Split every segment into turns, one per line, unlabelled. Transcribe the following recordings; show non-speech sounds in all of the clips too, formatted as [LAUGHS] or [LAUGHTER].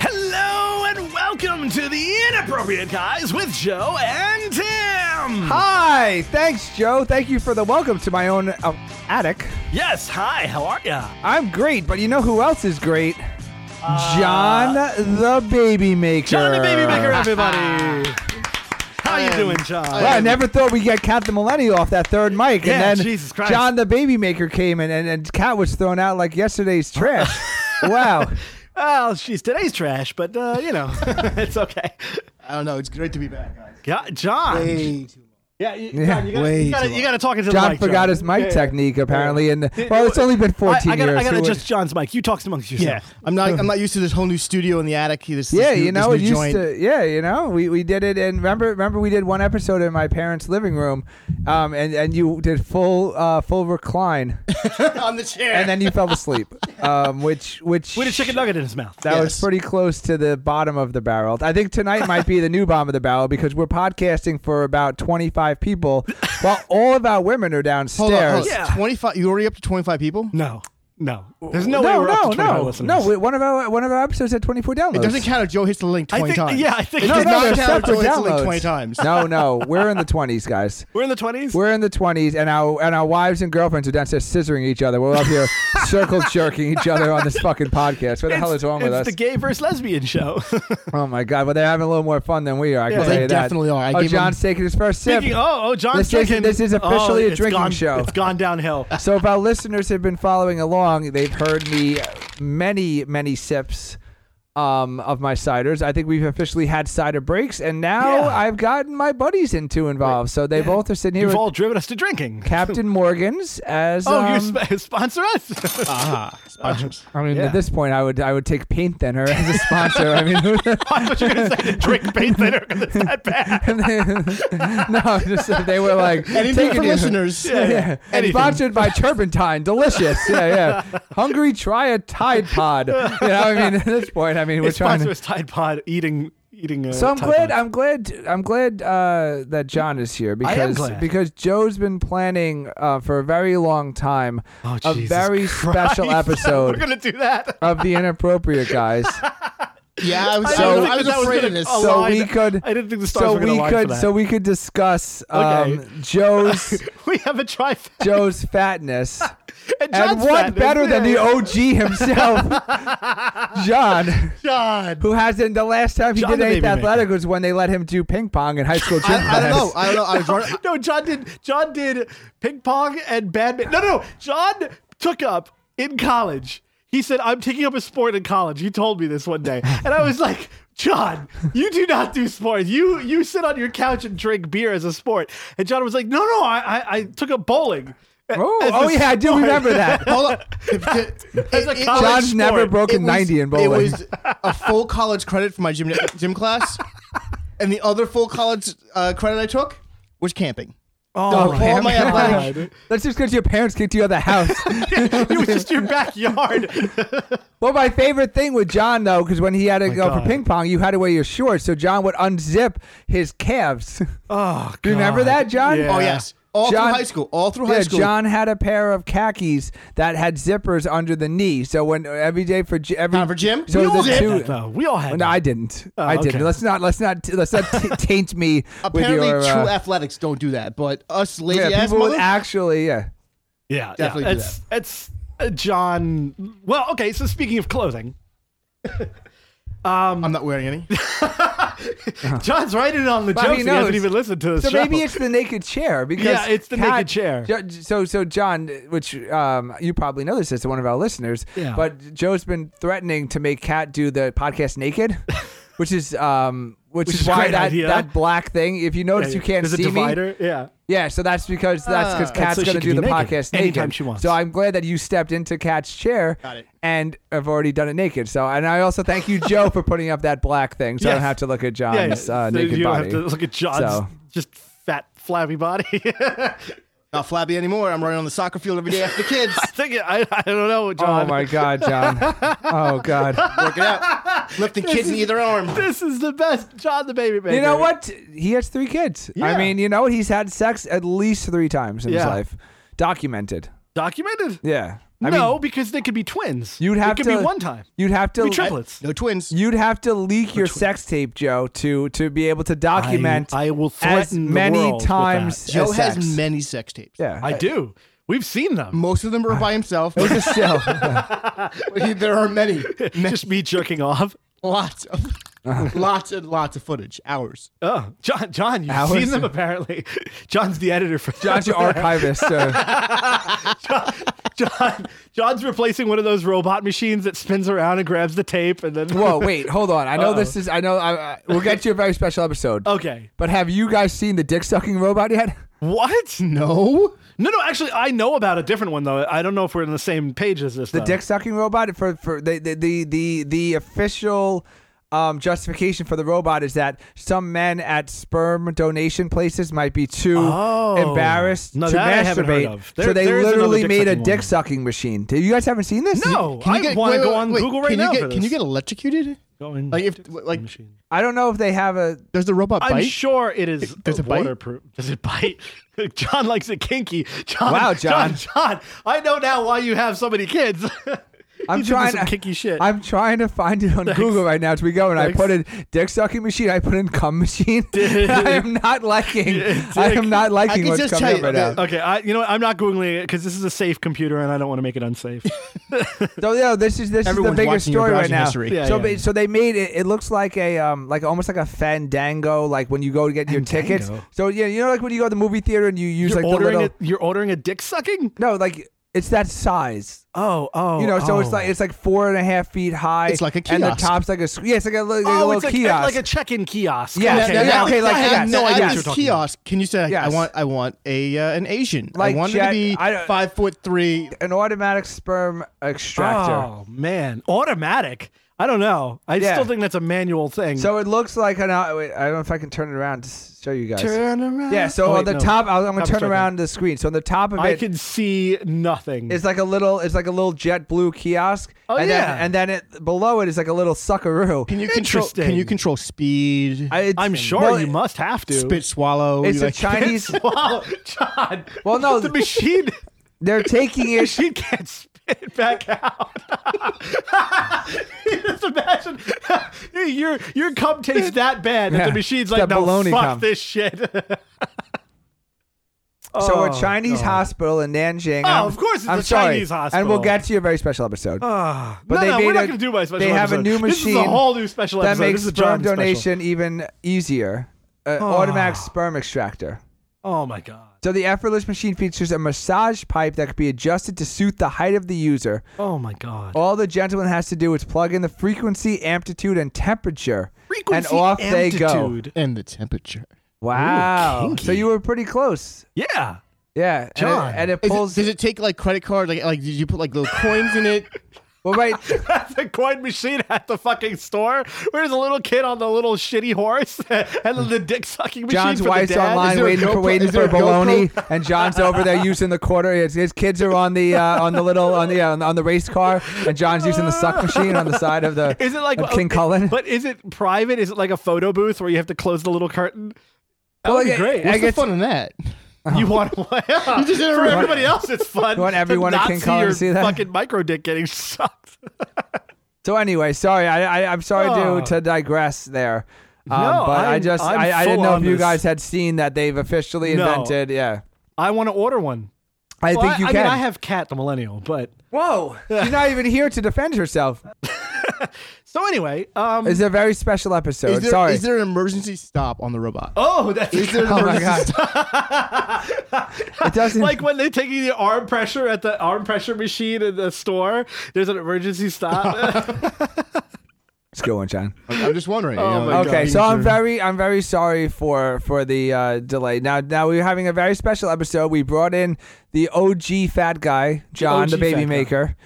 Hello and welcome to the Inappropriate Guys with Joe and Tim.
Hi, thanks, Joe. Thank you for the welcome to my own uh, attic.
Yes, hi. How are ya?
I'm great, but you know who else is great? John the Baby Maker.
Uh, John the Baby [LAUGHS] Maker, everybody. How you doing, John?
Well, I never thought we'd get Cat the Millennial off that third mic,
Yeah,
and then
Jesus Christ.
John the Baby Maker came in, and, and Cat was thrown out like yesterday's
[LAUGHS]
trash. wow.
Well, she's today's trash, but uh, you
[LAUGHS]
know, [LAUGHS] it's okay.
I don't know. It's great to be back, guys.
Yeah, John.
Way too long.
Yeah, you,
Yeah.
John, you gotta,
Way
you gotta,
too
you gotta talk into the
John
mic,
forgot
John.
his mic
Yeah, yeah.
technique, apparently, and well, it's only
I,
been 14
I gotta,
years.
I gotta
so
adjust John's mic. You talk amongst
Yeah,
yourself.
I'm not. I'm not used to this whole new studio in the attic. This, this
yeah,
new-
you know,
this
it
new
used
joint.
to. Yeah, you know, we, we did it, and remember, remember, we did one episode in my parents' living room, um, and and you did full uh, full recline,
[LAUGHS] on the chair.
and then you fell
[LAUGHS]
asleep, um, which which
With a chicken nugget in his mouth.
That was
Yes.
pretty close to the bottom of the barrel. I think tonight might be the new bottom of the barrel because we're podcasting for about 25 people while all of our women are downstairs.
hold on, hold on.
Yeah.
25. You already up to 25 people?
no, no. There's no, way
[LAUGHS] no,
we're
no,
up to 25
no,
listeners.
no. we- One of our one of our episodes had 24 downloads.
It doesn't count if Joe hits the link 20
I think.
times.
Yeah, I think.
It does
No,
not
they're
count if
separate
Joe hits the link
downloads.
[LAUGHS]
20 times.
No, no, we're in the 20s, guys.
We're in the twenties.
We're in the 20s, and our and our wives and girlfriends are downstairs scissoring each other. We're up here
[LAUGHS]
circle jerking each other on this fucking podcast. What the hell is wrong with
it's
us?
the gay versus lesbian show. [LAUGHS]
oh my god! Well, they're having a little more fun than we are. I
Yeah,
can tell
they
you that.
definitely are. I
oh,
gave 'em-
John's taking his first sip.
Speaking, oh, oh, John's
This is-
drinking.
this is officially
Oh,
a
it's
drinking
gone-
show.
It's gone downhill.
[LAUGHS] So if our listeners have been following along, they've heard me uh, many, many sips um, of my ciders. I think we've officially had cider breaks, and now
Yeah.
I've gotten my buddies into involved. So they both are sitting here
You've
with
all driven us to drinking.
Captain Morgan's
[LAUGHS]
as
Oh,
um,
you sp- sponsor us? [LAUGHS]
Uh-huh.
Ah, sponsors.
I mean,
yeah.
at this point, I would I would take paint thinner as a sponsor. I mean, [LAUGHS]
I thought you were going to say to drink paint thinner 'cause it's that bad.
no, just if they were like
Anything
taking
for
it- [LAUGHS]
listeners.
Yeah, yeah. and
anything.
sponsored by Turpentine, delicious. Yeah,
[LAUGHS]
yeah. Hungry, try a Tide Pod. You know, I mean, [LAUGHS] at this point, I mean, we're
It's
trying
sponsor
to
was Tide Pod eating eating. Uh,
So I'm
Tide
glad.
Pod.
I'm glad. I'm glad uh, that John is here
I am
because
glad.
because Joe's been planning uh, for a very long time
Oh,
a
Jesus [LAUGHS]
very special
Christ.
episode
We're gonna do that.
of the
[LAUGHS]
inappropriate guys.
Yeah, I was,
I
I
don't
was,
think
I was
that was
afraid
gonna-
of this.
oh,
so
Line-
we could.
I didn't think the stars
So
were gonna
we
line for
could.
that.
So we could discuss um,
Okay.
Joe's
[LAUGHS] we have a trifecta.
Joe's fatness.
[LAUGHS] And,
And
John's
what
fatness.
better than the
Yeah.
OG
[LAUGHS]
himself, John,
God.
who hasn't the last time he
John
did
the
anything
Baby Maker.
athletic was when they let him do ping pong in high school gym
I, I don't
class.
know. I don't know. I was running.
No, John did. John did ping pong and badminton. No, no, John took up in college. He said, "I'm taking up a sport in college." He told me this one day, and I was like, "John, you do not do sports. You you sit on your couch and drink beer as a sport." And John was like, "No, no, I I, I took up bowling."
Oh,
as a
oh yeah, I do
sport."
remember
[LAUGHS]
that.
Hold on. If- if-
As a
it- it-
college
John's never
sport.
broken
It was-
90 in bowling.
It was a full college credit for my gym gym class, and the other full college uh, credit I took was camping.
Oh,
all
Pam.
my athletic-
God.
That's just because your parents kicked you out
[LAUGHS]
of the house.
[LAUGHS] it was just your backyard.
well, my favorite thing with John, though, because when he had to go
God.
for ping pong, you had to wear your shorts. So John would unzip his calves.
[LAUGHS] Oh,
Do you remember that, John?
Yeah.
Oh yes, all
John-
through high school,
[LAUGHS]
all through
Yeah,
high school.
John had a pair of khakis that had zippers under the knee. So when every day for gy- every
Time for gym.
so
We all
the
did Oh,
two,
that, though. We all had.
No,
that.
I didn't. I
okay.
didn't. Let's not. Let's not. Let's not
[LAUGHS]
t- taint me with
Apparently,
your.
true
uh,
athletics don't do that, but us lazy
yeah,
ass
people would
mother.
actually. Yeah.
Yeah,
Definitely
yeah.
do
it's, It's uh, John. Well, okay. So speaking of
[LAUGHS]
clothing, Um,
I'm not wearing any.
John's right in on the
Uh-huh.
jokes.
But he
He, hasn't
knows.
even listened to the
So
show.
maybe it's the naked chair because
[LAUGHS] Yeah, it's the
Kat-
naked chair.
Jo- So so John, which um, you probably know this as one of our listeners,
Yeah.
but Joe's been threatening to make Kat do the podcast naked,
[LAUGHS]
which is um, which,
Which
is,
is a
why
great
that
idea.
that black thing. If you notice, you can't
There's
see
a
me.
divider. Yeah.
Yeah, so that's because that's because
That's
Kat's
so she
going to
can
do the
be naked
podcast naked.
anytime she wants.
So I'm glad that you stepped into Kat's chair.
Got it.
And I've already done it naked. So, and I also thank you, Joe, for putting up that black thing, so I don't
Yes.
have to look at
yeah, yeah.
John's uh,
So
naked
you don't
body.
have to look at John's
So-
just fat, flabby body. [LAUGHS] I
Not flabby anymore. I'm running on the soccer field every day after the
[LAUGHS]
kids.
think I, I don't know,
Oh
John.
my God, John! oh God!
Working out, lifting kids in either arm.
[LAUGHS] This is the best, John the baby baby.
You know what? He has three kids.
Yeah.
I mean, you know what? He's had sex at least three times in his
Yeah.
life, documented.
Documented.
Yeah.
no, because they could be twins.
You'd have
it could
to
be one time.
You'd have to
Be triplets.
No twins.
You'd have to leak your sex tape, Joe, to to be able to document.
I will
as
threaten the
many
world with
times.
that.
as
Joe has
sex.
many sex tapes.
yeah.
I do. We've seen them.
Most of them are
[LAUGHS]
by himself.
It was a show.
there are
[LAUGHS]
many.
Just me jerking off.
Lots of
Uh-huh.
lots and lots of footage. Hours.
Oh, John, John, you've
Hours.
seen them apparently. [LAUGHS] John's the editor for
[LAUGHS] John's your archivist. uh,
[LAUGHS] John, John's replacing one of those robot machines that spins around and grabs the tape and then.
whoa, wait, hold on. I know this is. I know. I, I, we'll get to a very special episode.
[LAUGHS] Okay.
But have you guys seen the dick sucking robot yet?
What?
No.
No, no. Actually, I know about a different one though. I don't know if we're on the same page as this.
The dick sucking robot for for the the the the, the official. Um, justification for the robot is that some men at sperm donation places might be too
Oh.
embarrassed
No,
to
that I haven't heard
masturbate,
of. There-
so they
there is another
literally made a
dick-sucking
dick
one.
sucking machine. Do you guys haven't seen this?
No,
Can you
I
get-
want
wait,
to go
wait,
on
wait,
Google right
can
now.
You get,
for
Can you
this.
get electrocuted?
Going
Like if
dick
like
machine.
I don't know if they have a.
does the robot
I'm
bite?
sure it
[LAUGHS]
is.
does it bite?
waterproof. Does it bite? [LAUGHS] John likes it kinky. John,
Wow,
John, John, I know now why you have so many kids. [LAUGHS]
I'm
He's into
trying
some kinky shit.
I'm trying to find it on Google right now as we go, and I put in dick sucking machine. I put in cum machine. [LAUGHS] I
[LAUGHS]
am not liking. I am not liking
can
what's
just
coming
tell
up
you
right
that-
now.
okay, I, you know what? I'm not googling it because this is a safe computer and I don't want to make it [LAUGHS] unsafe.
So yeah, this is this
Everyone's
is the biggest
watching your
story right
browsing
now.
history.
Yeah,
so
yeah.
ba- so they made it. It looks like a um like almost like a Fandango, like when you go to get your tickets.
Fandango?
So yeah, you know like when you go to the movie theater and you use
you're
like the
ordering
little
it. You're ordering a dick sucking.
no like. It's that size,
Oh, oh.
you know. So it's
oh.
like it's like four and a half feet high.
It's like a
and the
kiosk.
top's like a squ- yeah, it's like a, li- like a
oh,
little
it's like,
kiosk,
like a check-in kiosk.
Yeah,
okay,
yeah, yeah, [LAUGHS]
now-
okay, like-
I
yeah,
have no
so I
idea.
guess
you're
This
talking about.
kiosk. Can you say I
Yes.
want I want a uh, an Asian?
Like
I want
Jack-
to be
I don't-
five foot three.
an automatic sperm extractor.
Oh man, automatic. I don't know. I
Yeah.
still think that's a manual thing.
So it looks like an. uh, Wait, I don't know if I can turn it around to s- show you guys.
turn around.
yeah. So
Oh, wait,
on the
no.
top, I'll- I'm gonna
Top is
turn
right
around the screen. So on the top of
I
it
can see nothing.
is like a little. It's like a little jet blue kiosk.
Oh,
and
yeah.
Then, and then it below it is like a little suckaroo.
Can you control? Can
Interesting.
you control speed?
I- it's-
I'm sure
well,
you must have to.
spit swallow.
It's
you
a Chinese.
[LAUGHS] Wow, John.
Well,
[LAUGHS]
no.
the machine.
They're
[LAUGHS]
taking
The
it.
machine can't spit back out. [LAUGHS] Just imagine [LAUGHS] your your cum tastes that bad that
Yeah,
the machine's
it's
like,
that
no,
baloney
fuck
cum."
this shit.
[LAUGHS] So a
Oh,
Chinese
God.
hospital in Nanjing.
Oh,
I'm-
of course it's
I'm
a
sorry,
Chinese
And
hospital.
we'll get to your very special episode.
Ah,
But
no,
they
no,
made
we're
a-
not going to do my special.
they have a
episode.
new
This is
machine
a whole new special
that
episode.
makes
this is
sperm
John's special.
donation even easier. An automatic sperm extractor.
Oh my god.
So the effortless machine features a massage pipe that can be adjusted to suit the height of the user.
Oh my god.
All the gentleman has to do is plug in the frequency, amplitude, and temperature,
Frequency,
and off they go.
amplitude.
and the temperature.
Wow!
kinky.
so you were pretty close.
Yeah.
Yeah, and it-
John.
and it,
Is it-
pulls.
does it take like credit card? Like like did you put like little coins
[LAUGHS]
in it?
well, right.
That's the coin machine at the fucking store. Where's a little kid on the little shitty horse [LAUGHS] and then the dick sucking machine
John's
for the
wife's
dad?
online
there a
waiting for
GoPro-
waiting
is there
for
a
baloney, and John's over there using the quarter. His, his kids are on the uh, on the little on the uh, on the race car, and John's using the suck machine on the side of the
Is it like
of King Cullen.
But is it private? Is it like a photo booth where you have to close the little curtain? That
Well,
would be
I-
great.
I
What's the
guess-
fun in that?
you want
[LAUGHS]
yeah. [LAUGHS]
just
for
everyone-
everybody else? It's fun.
Uh-huh. You want everyone
to
at
not
King
see
Kong to
your
see that?
fucking micro dick getting [LAUGHS] sucked.
So anyway, sorry, I, I I'm sorry
Oh.
to to digress there. Um,
No,
but I
I'm-
just
I'm
I, I
full
didn't know if
on
you
this.
guys had seen that they've officially
No.
invented. Yeah,
I want to order one.
I
Well,
think you
I,
can.
I mean, I have Cat the Millennial, but
Whoa, she's [LAUGHS] not even here to defend herself.
so anyway. Um,
It's a very special episode.
Is there,
Oh, sorry.
is there an emergency stop on the robot?
oh, that's
Is there
[LAUGHS]
an
Oh my
emergency
god!
stop?
[LAUGHS]
it doesn't.
like when they're taking the arm pressure at the arm pressure machine in the store. There's an emergency
[LAUGHS]
stop.
Let's go on, John.
I'm just wondering.
Oh
you know,
my
like,
Okay,
being
so I'm
sure.
very, I'm very sorry for for the uh, delay. Now, now we're having a very special episode. We brought in the OG fat guy, John,
OG
the,
fat
baby
guy.
maker,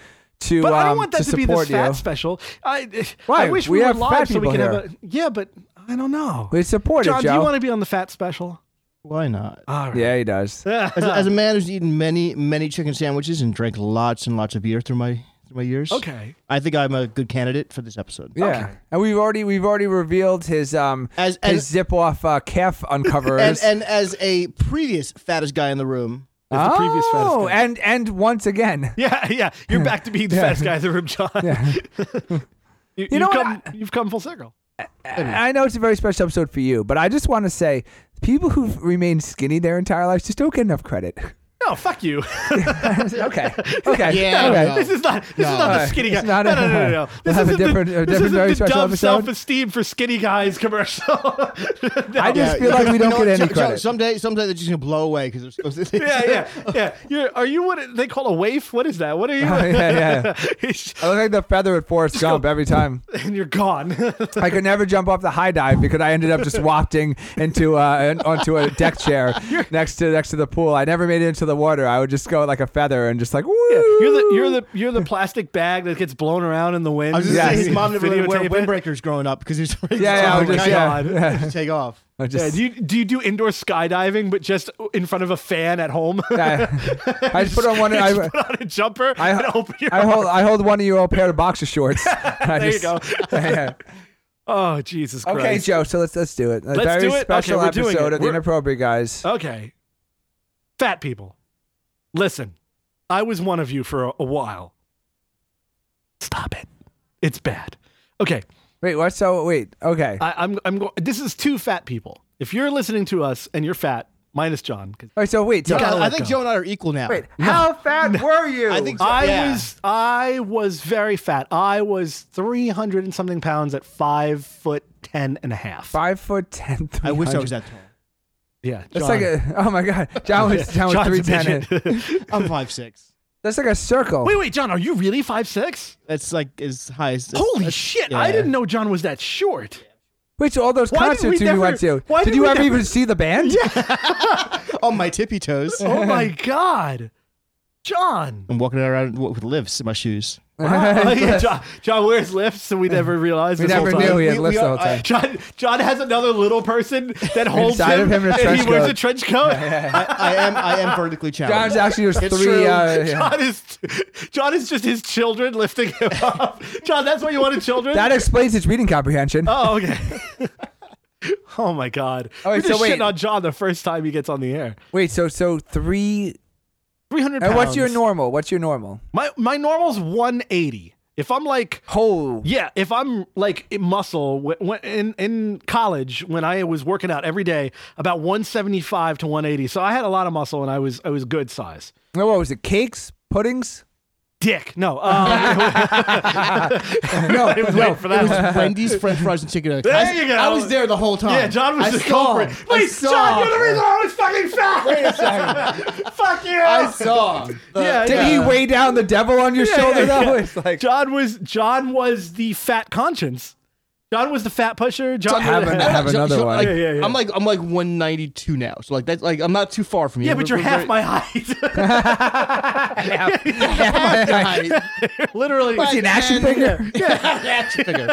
to
but I
um,
don't want that to, be this
support you.
fat special. I,
Why?
I wish we,
We
were
have fat
live so we
people
can
here.
have a. Yeah, but I don't know.
We support
John,
it,
do
Joe.
you want to be on the fat special?
Why not?
All right.
yeah, he does.
As, as a man who's eaten many, many chicken sandwiches and drank lots and lots of beer through my through my years,
[LAUGHS] Okay.
I think I'm a good candidate for this episode.
Yeah,
Okay.
and we've already we've already revealed his um
As-
his
as-
zip off uh, calf
And
uncoverers.
and as a previous fattest guy in the room,
as the previous fattest
Oh,
guy.
and and once again,
yeah, yeah. You're back to being the fattest guy in the room, John. [LAUGHS] you,
know
have
what?
come, you've come full circle.
I I know it's a very special episode for you, but I just want to say, people who've remained skinny their entire lives just don't get enough
[LAUGHS]
credit.
No, fuck you.
okay, okay,
Yeah,
okay.
[LAUGHS]
no.
this is not. This
No.
is not the
Alright,
skinny guy.
it's not
no,
a-
no, no, no, no.
[LAUGHS] we'll
This
have a
isn't the-
different- a
this
different,
isn't
very
the
special
dumb
episode.
self-esteem for skinny guys commercial. [LAUGHS] No.
I just feel
you-
like we
you
don't
know
get
what,
any
Joe- Joe,
credit.
Someday, someday they're just gonna blow away because they're supposed
[LAUGHS]
to.
yeah, yeah, yeah. You're, are you what they call a waif? What is that? What are
[LAUGHS]
you?
Oh, [LAUGHS] yeah,
It's-
I look like the feather at Forrest Gump every time.
[LAUGHS] and you're gone. [LAUGHS]
I could never jump off the high dive because I ended up just wafting into uh, an- onto a deck chair next to next to the pool. I never made it into the water. I would just go like a feather and just like woo.
you're the you're the you're the plastic bag that gets blown around in the wind.
I was just
Yeah.
saying his mom never really
Videotape
wore
it.
windbreakers growing up because he's "Oh
yeah, yeah, I would just yeah,
God.
[LAUGHS] yeah.
take off.
I
Yeah,
just
do you do you do indoor skydiving, but just in front of a fan at home?
[LAUGHS] I, I just put
[LAUGHS]
on one.
You
I,
[LAUGHS] just put on a jumper
I-
and open your.
I hold I hold one of you all pair of
[LAUGHS]
boxer shorts.
there you go. [LAUGHS]
[LAUGHS]
Oh Jesus Christ!
Okay, Joe. So let's let's do it. A
Let's
very
do it. Okay,
special
we're doing
episode
it.
of the
We're- Oh.
inappropriate guys.
Okay. Fat people, listen. I was one of you for a, a while. Stop it. It's bad. Okay,
Wait, what? So wait. Okay.
I, I'm. I'm. Go- this is two fat people. If you're listening to us and you're fat, minus John. 'cause
all right. So wait. So
gotta
I
let
think
go.
Joe and I are equal now.
wait. How fat were you?
I think so.
I
Yeah.
was. I was very fat. I was 300 and something pounds at five foot ten and a half.
five foot ten.
I wish I
300.
was that tall.
Yeah,
That's like a oh my god, John
[LAUGHS]
was John was
John's a
three ten.
midget.
I'm five six.
That's like a
[LAUGHS]
circle.
wait, wait, John, are you really five six?
That's like as high as.
Holy
that's-
shit!
yeah.
I didn't know John was that short.
Wait, so all those
Why did
concerts
we
you
never-
went to?
why
Did
did
you
we
ever
never-
even see
[LAUGHS]
the band? Yeah.
On my
[LAUGHS]
tippy toes.
Oh my god, John!
I'm walking around w- with lifts in my shoes.
Wow. [LAUGHS] Yeah, John, John wears lifts, and we never realized.
we
this
never
whole
knew
time.
he had
We-
lifts
we
the
are-
whole time.
Uh, John, John has another little person that holds
Inside of him in a
and he
trench
wears
coat.
a trench coat.
[LAUGHS]
[LAUGHS]
I, I am. I am vertically
John's
challenged.
actually there's
It's
three.
true.
Uh, yeah.
John is John is just his children lifting him [LAUGHS] up. John, that's why you wanted children.
That explains his reading comprehension.
[LAUGHS] oh, okay. [LAUGHS] oh my God.
All right,
We're just
so wait.
shitting on John the first time he gets on the air.
Wait, so so three.
Three hundred.
And what's your normal? What's your normal?
My my normal's one eighty. If I'm like.
Whole.
Yeah, if I'm like in muscle wh- when, in in college when I was working out every day, about 175 to 180. So I had a lot of muscle and I was I was good size.
No, what was it? Cakes,
[LAUGHS]
puddings.
Dick, [LAUGHS] no, uh,
No,
I was
no.
waiting for that. one.
[LAUGHS] Wendy's French fries and chicken. nuggets.
There
I,
you go.
I was there the whole time.
Yeah, John was
I
the
saw.
culprit.
I
Wait,
saw.
John, you're the reason I was fucking fat. Wait a second. [LAUGHS] Fuck you.
I saw. The-
Yeah,
Did he weigh down the devil on your
Yeah,
shoulder?
yeah,
though?
yeah.
It's like
John was John was the fat conscience. John was the fat pusher. John
Have an- have another one.
Like,
Yeah, yeah, yeah.
I'm like I'm like 192 now, so like that's like I'm not too far from
[LAUGHS]
you.
yeah, but you're
We're-
half
we're-
my height. [LAUGHS]
[LAUGHS] Half
Literally.
my
an action figure.
[LAUGHS]
[LAUGHS]
figure.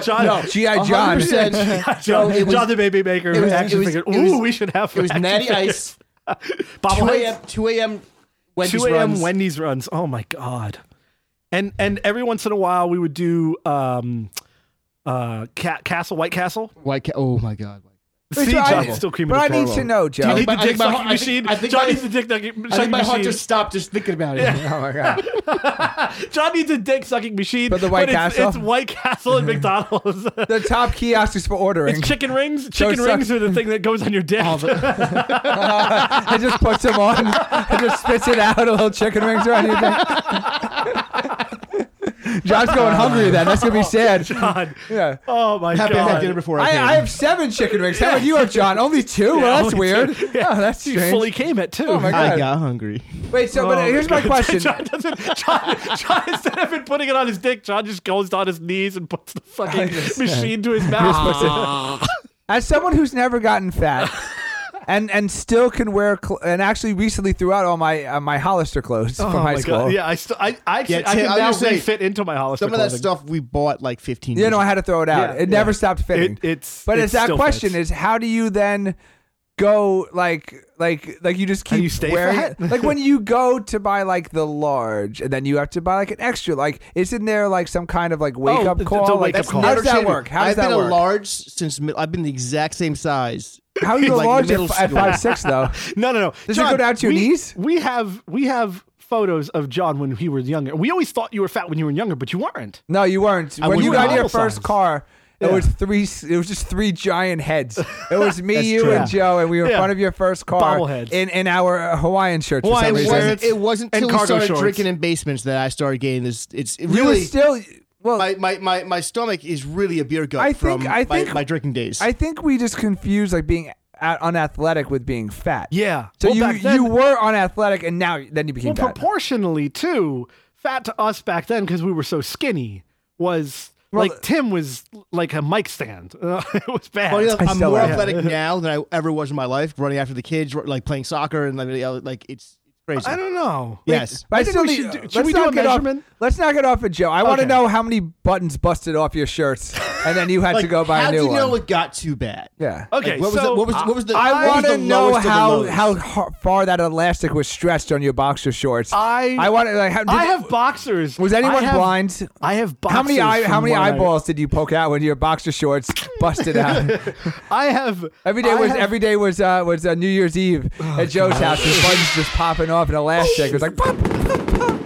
John,
no,
GI John.
100%.
[LAUGHS] John,
it was-
John the baby maker.
it was-
action
it was-
figure.
it
Ooh,
was-
we should have.
It was
action
Natty
figure. [LAUGHS]
Ice. 2 a.m.
Bobbleheads.
2 a.m.
2 a.m. Wendy's runs. Oh my god. And and every once in a while we would do um uh ca- Castle White Castle.
White Ca- oh my god.
See,
But I-
John is still creaming
But I
the
need
floor.
to know,
I
Joe.
need the
I think
dick
my-
sucking
I think-
machine.
I think
John
my-
needs the dick sucking
I think my heart
machine.
just stopped just thinking about it.
[LAUGHS] Oh my god.
John needs a dick sucking machine.
But the White
it's,
Castle?
It's White Castle
[LAUGHS]
and McDonald's.
The top kiosk is for ordering.
it's chicken rings. Chicken
suck-
rings are the thing that goes on your dick.
I just put them on. I just spits it out. A little chicken wings around your neck. John's going hungry then. That's
Oh,
gonna be sad.
[LAUGHS]
God.
Yeah.
Oh my
Happy I
god.
had dinner before I,
I,
came.
I have seven chicken wings. How about you have, John? Only two?
Yeah,
well, that's
only
weird.
two. Yeah.
Oh, that's
She
strange.
fully came at two.
Oh my
I
God.
got hungry.
Wait, so but
Oh,
here's my
God. [LAUGHS]
question.
John, doesn't, John, John, instead of it putting it on his dick, John just goes down his knees and puts the fucking machine to his mouth. [LAUGHS]
As someone who's never gotten fat and and still can wear cl- and actually recently threw out all my uh, my Hollister clothes
Oh
from high
my
school.
God. Yeah, I, st- I, I, actually,
Yeah,
I
Tim,
can
I
now
was gonna say,
refit into my Hollister
Some of that
clothing.
stuff we bought like 15
You
years
know, I had to throw it out.
Yeah,
it never
yeah.
stopped fitting.
It- it's-
but
it
it's that
still
question
fits.
is how do you then go like like like you just keep
you stay
wearing
fat? [LAUGHS]
it? like when you go to buy like the large and then you have to buy like an extra like isn't there like some kind of like wake
Oh,
up
it's
call
a
like,
wake-up call.
how
Never
does that work how does
I've
that
been
work
a large since mid- I've been the exact same size
How
[LAUGHS]
you
Like
like large at,
middle
f- at
school.
five six though?
No, no, no.
Does it go down to your
we-
knees?
We have we have photos of John when he was younger. We always thought you were fat when you were younger, but you weren't.
No, you weren't. When
was
you got in your
normal
first
size.
car, it
Yeah.
was three. It was just three giant heads. It was
[LAUGHS]
me,
That's
you,
true.
and Joe, and we were in
Yeah.
front of your first car
Bobbleheads.
in in our Hawaiian shirts. for some
Hawaiian
It
reason.
shirts.
wasn't, it wasn't
And
till we
cargo
started
shorts.
drinking in basements that I started getting this. It's it
You were
really
still well.
my, my, my, my stomach is really a beer gut
I think-
from
I
my-
think-
my, drinking days.
I think we just confused like being a- unathletic with being fat.
Yeah.
So
Well,
you
back then-
you were unathletic, and now then you became
Well,
fat.
proportionally too, fat to us back then because we were so skinny was like
the-
Tim was like a mic stand. [LAUGHS] Uh, it was bad.
Funny enough,
I
I'm
still
more
am.
athletic now than I ever was in my life. Running after the kids, r- like playing soccer, and like, you know, like it's it's crazy.
I don't know.
yes,
But
I think
still
we
need- uh,
should do- should
let's
we do
not
a
get off-
measurement?
let's not get off of Joe. I want to
Okay.
know how many buttons busted off your shirts, and then you had to
like,
go buy
how
a new
do you
one.
know it got too bad?
yeah.
Okay.
Like, what was
so
the, what was what was the?
I
what
want
was
to
the
know
lowest of the
how
lows?
how har- far that elastic was stretched on your boxer shorts.
I-
I want to like. How, did,
I have boxers.
Was anyone
I have-
blind?
I have boxers.
How many eye,
from
how many
when I-
eyeballs did you poke out when your boxer shorts [LAUGHS] busted out?
I have.
Every day
I
was
have- Oh,
every day was uh, was uh, New Year's Eve at Joe's house. His buttons just popping off and elastic. It was like pop.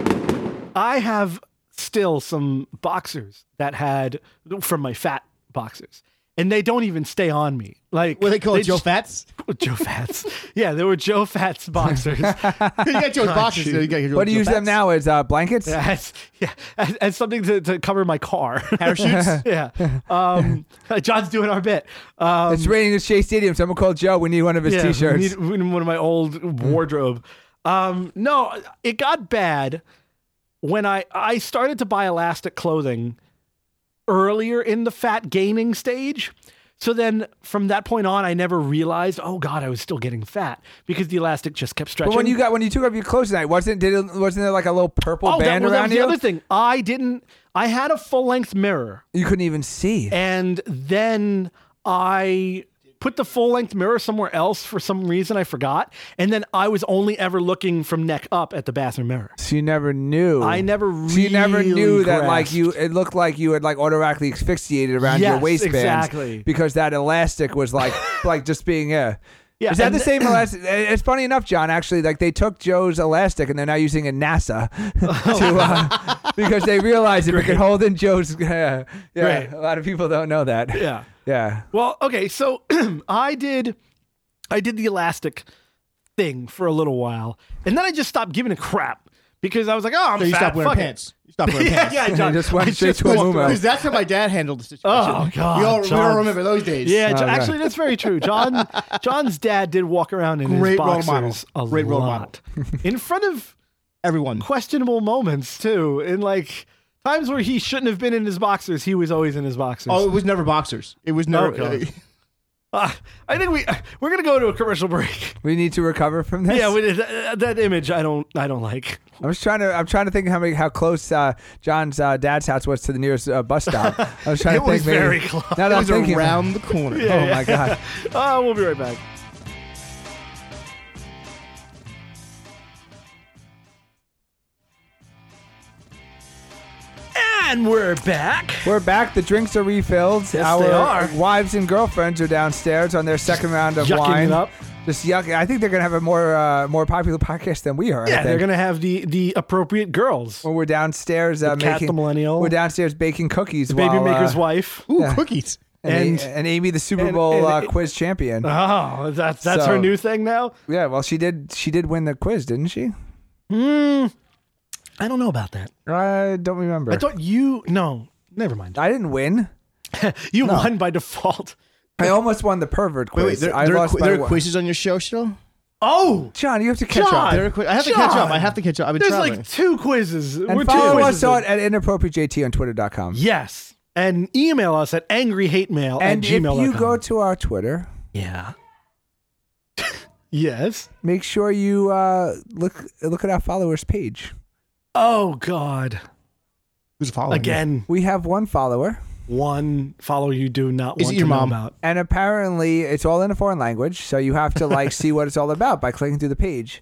I have still some boxers that had from my fat boxers, and they don't even stay on me. Like
What do they call it? Joe
just-
Fats?
[LAUGHS] Joe Fats. yeah, they were Joe Fats
[LAUGHS]
boxers.
[LAUGHS] you got [LAUGHS] Joe's boxes.
shoot.
so you got your
What do you
Joe
use them
Fats.
now as uh, blankets?
as, yeah, as, as something to, to cover my car. Parachutes. [LAUGHS] yeah. Um, [LAUGHS] John's doing our bit. Um,
It's raining at Shea Stadium. Someone called Joe. We need one of his
yeah, we
T-shirts.
need- we need one of my old wardrobe. Um, no, it got bad when I I started to buy elastic clothing earlier in the fat gaining stage. So then from that point on, I never realized, oh God, I was still getting fat because the elastic just kept stretching.
but when you got when you took off your clothes tonight, wasn't did it, wasn't there like a little purple
oh, that,
band
well, that
around
was the
you?
other thing. I didn't, I had a full length mirror
You couldn't even see.
and then I put the full length mirror somewhere else for some reason I forgot, and then I was only ever looking from neck up at the bathroom mirror.
So you never knew.
I never
So you never
really
knew that like
grasped.
you it looked like you had like automatically asphyxiated around your
Yes,
waistband
exactly.
because that elastic was
[LAUGHS]
like like just being a
Yeah,
Is that
and
the
th- [CLEARS THROAT]
same elastic? eh, It's funny enough, John. Actually, like they took Joe's elastic and they're now using it NASA [LAUGHS] to,
[LAUGHS]
uh, because they realized if it could hold in Joe's. [LAUGHS] yeah, yeah,
Great.
a lot of people don't know that.
Yeah.
yeah.
Well, okay, so [CLEARS THROAT] I did, I did the elastic thing for a little while, and then I just stopped giving a crap because I was like, oh, I'm
So you
fat.
stop wearing
fuck it.
pants. You stop [LAUGHS]
[LAUGHS]
wearing
yeah,
[LAUGHS]
pants.
yeah, John.
just went
I
straight to a
walked
Umo.
around.
Because that's how my dad handled the situation.
Oh, God,
we all, we
John.
all remember those days.
Yeah, Jo-
God.
actually, that's very true.
[LAUGHS]
John, John's dad did walk around in his
Great role
boxers
model.
a
Great role model.
lot,
[LAUGHS]
in front of
everyone.
questionable moments too, in like times where he shouldn't have been in his boxers. He was always in his boxers.
Oh, it was never boxers. It was never.
God. Uh, I think we we're gonna go to a commercial
[LAUGHS]
break.
We need to recover from this.
yeah, we, that, that image I don't I don't like.
I was trying to. I'm trying to think how many, how close uh, John's uh, dad's house was to the nearest uh, bus stop.
[LAUGHS]
I was trying
It
to think.
was
maybe-
very close.
Now that
it
I'm
was
thinking,
around
[LAUGHS]
the corner. [LAUGHS]
oh my god.
Uh, we'll be right back. And we're back.
We're back. The drinks are refilled. Our
they are.
wives and girlfriends are downstairs on their second round of
yucking
wine.
it up.
Just yucking. I think they're gonna have a more uh, more popular podcast than we are. I
Yeah, they're
think.
gonna have the the appropriate girls.
When we're downstairs uh,
The cat,
making
the millennial.
We're downstairs baking cookies.
Baby
while,
maker's
uh,
wife.
Ooh,
Yeah.
cookies.
and,
and-
and Amy, the Super
and-
Bowl
and-
uh, quiz champion.
Oh, that's that's her
So-
new thing now.
yeah, well, she did. She did win the quiz, didn't she?
I don't know about that.
I don't remember.
I thought you no, never mind.
I didn't win.
You won by default.
I almost won the pervert quiz.
Wait, wait, there,
I
there, are,
lost
qu-
by
there are
one.
quizzes on your show still?
Oh,
John, you have to catch
John!
up.
There are qui- I have to catch up. I have to catch up. I've been
there's
traveling.
like two quizzes.
And
We're two
follow
quizzes.
us on
in.
at inappropriatejt on twitter.com.
yes, and email us at angryhatemail
and
at
if
gmail.
you go to our Twitter,
yeah, [LAUGHS] yes.
make sure you uh, look look at our followers page.
Oh God,
Who's following?
again,
We have one follower,
one follow you do not
Is
want
it your
to know
mom?
about.
and apparently it's all in a foreign language, so you have to like see what it's all about by clicking through the page.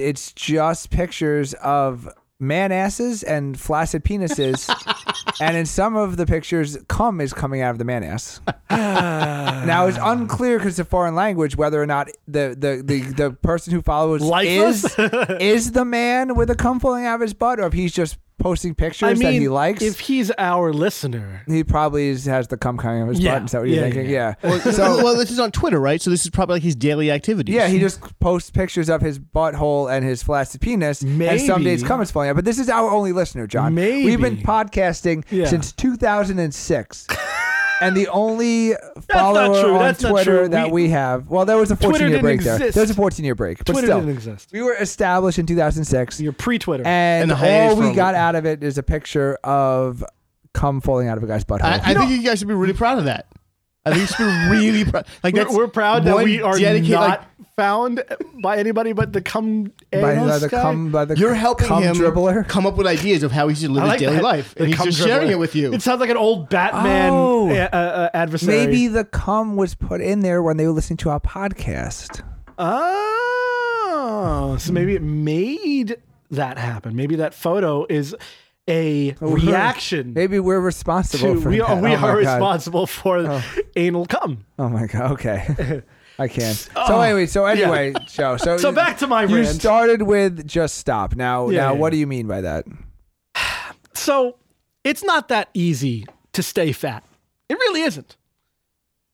[LAUGHS]
it's just pictures of man asses and flaccid penises and in some of the pictures, cum is coming out of the
[SIGHS]
man ass. now it's unclear because it's a foreign language whether or not the the the, the person who follows
Lifeless?
is is the man with a cum falling out of his butt, or if he's just posting pictures
I mean,
that he likes.
if he's our listener,
he probably is, has the cum coming out of his
Yeah.
butt. Is that what you're
Yeah,
thinking?
yeah.
Yeah.
well, well, this is on Twitter, right? So this is probably like his daily activities.
Yeah, he just posts pictures of his butthole and his flaccid penis, and some days
Maybe.
cum is falling out. But this is our only listener, John. we've been
Maybe.
podcasting
Yeah. [LAUGHS]
since 2006, and the only
not
follower
true.
on
That's not
Twitter
true.
that
We-
we, have. Well, there was a 14 year
didn't
break there. There was a
exist.
14 year break, but
Twitter
still,
didn't exist.
we were established in 2006,
You're pre-Twitter.
and
And the hiatus
all we
from-
got out of it is a picture of cum falling out of a guy's butthole.
I, I think you guys should be really proud of that. I think you should be
[LAUGHS]
really proud. Like
we're,
that's
we're proud that
one
we are
dedicated-
not
like,
found by anybody but the uh, cum
by,
anus
by the
guy.
cum, by the
you're helping
cum
him
dribbler.
come up with ideas of how he should live
I
his
like
daily
that.
life,
The
and he's
cum
just sharing
dribbler.
it with you.
It sounds like an old Batman
Oh.
uh, uh, adversary.
Maybe the cum was put in there when they were listening to our podcast.
Oh, so maybe it made that happen. Maybe that photo is a Oh, reaction.
Maybe we're responsible
to,
for
we
that.
are, we
oh
[LAUGHS]
my
are
God.
responsible for anal cum.
Oh my god.
[LAUGHS]
Okay. I can't. So anyway, so anyway, Joe. So
Oh, So back to my
You
rant.
started with just stop. Now,
Yeah,
now,
yeah,
what
yeah.
do you mean by that?
So it's not that easy to stay fat. It really isn't.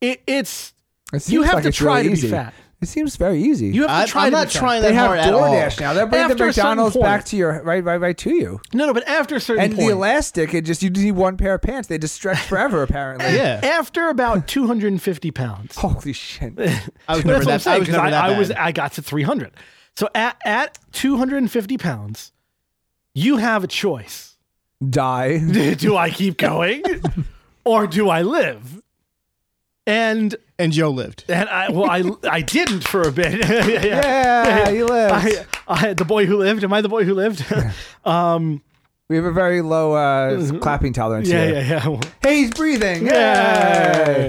It, it's
It seems
have
like
to
it's
try to
really
be
easy.
fat.
It seems very easy.
you have to
I,
try.
I'm
to
not
be fat.
trying
they
that
have
hard at all.
DoorDash now. They're bringing the
After a certain
McDonald's
point.
back to your right, right, right to you.
No, no, but after a certain
And
point,
the elastic, it just you need one pair of pants. They just
[LAUGHS]
stretch forever, apparently.
Yeah.
after about [LAUGHS] 250 pounds,
Holy shit.
I was
That's
never
what I'm
that.
saying,
I was
'cause
never that
I, I was
bad.
I got to 300. So at, at 250 pounds, you have a choice. [LAUGHS]
Die.
do I keep going or do I live? And
and Joe lived.
and I well I I didn't for a bit. [LAUGHS] yeah, [LAUGHS]
Yeah, you lived.
I, I, the boy who lived. Am I the boy who lived? [LAUGHS] um,
We have a very low uh, clapping tolerance
Mm-hmm. yeah,
here.
yeah, yeah. Well,
Hey, he's breathing.
Yay.
Yay.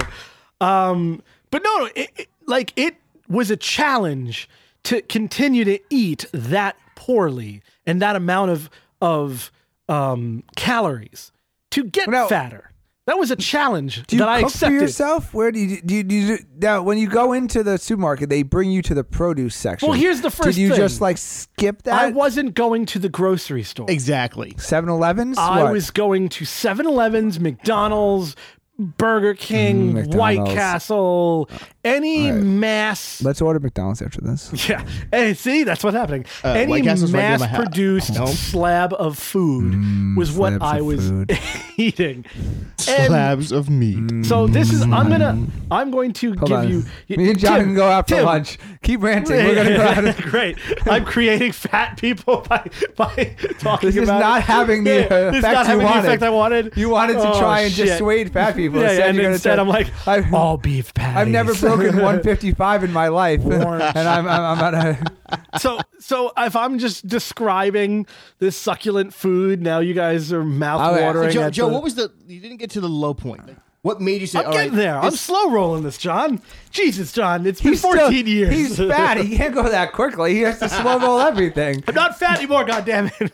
Um, but no, no, it, it- like it was a challenge to continue to eat that poorly and that amount of of um, calories to get
Now-
fatter. That was a challenge
Do you
that I
cook for
accepted.
yourself? Where do you do, you, do, you, now when you go into the supermarket? They bring you to the produce section.
Well, here's the first
Did you
thing.
just like skip
I
that?
wasn't going to the grocery store.
Exactly.
Seven Elevens.
I was going to 7-Elevens, McDonald's, Burger King,
Mm,
White
McDonald's.
Castle, any
All right.
mass
Let's order McDonald's after
[LAUGHS]
this.
Yeah. Hey, see, that's what's happening. Any
Uh, White Castle's right near my house.
mass-produced
No.
slab of food was what
Mm, slabs
I
of
was
food.
[LAUGHS] eating. And Mm.
Slabs of meat.
so this is. I'm gonna. I'm going to
Hold
give
on.
you.
[LAUGHS] Me and John
Tim,
can go out for
Tim.
lunch. Keep ranting.
[LAUGHS]
We're gonna go out. and-
Great. I'm creating fat people [LAUGHS] by by talking
This is
about
not
it.
having the,
Yeah, [LAUGHS]
uh,
this is
effect
not
you
having
wanted.
the effect I wanted.
You wanted to
Oh,
try and
shit.
dissuade fat
[LAUGHS]
people.
Yeah, yeah, and
you're gonna
instead
try-
I'm like
I've-
all beef patties.
I've never
[LAUGHS]
broken 155 in my life, [LAUGHS] and I'm, I'm, I'm at a.
so so if I'm just describing this succulent food, now you guys are mouth
yeah.
watering.
Joe, Joe what was the? You didn't get to the low point. Like, what made you say?
I'm
all
getting
right,
there. I'm
this-
slow rolling this, John. Jesus, John, it's been
He's
14
still-
years. [LAUGHS]
He's fat. He can't go that quickly. He has to slow roll everything.
I'm not fat anymore. God damn it.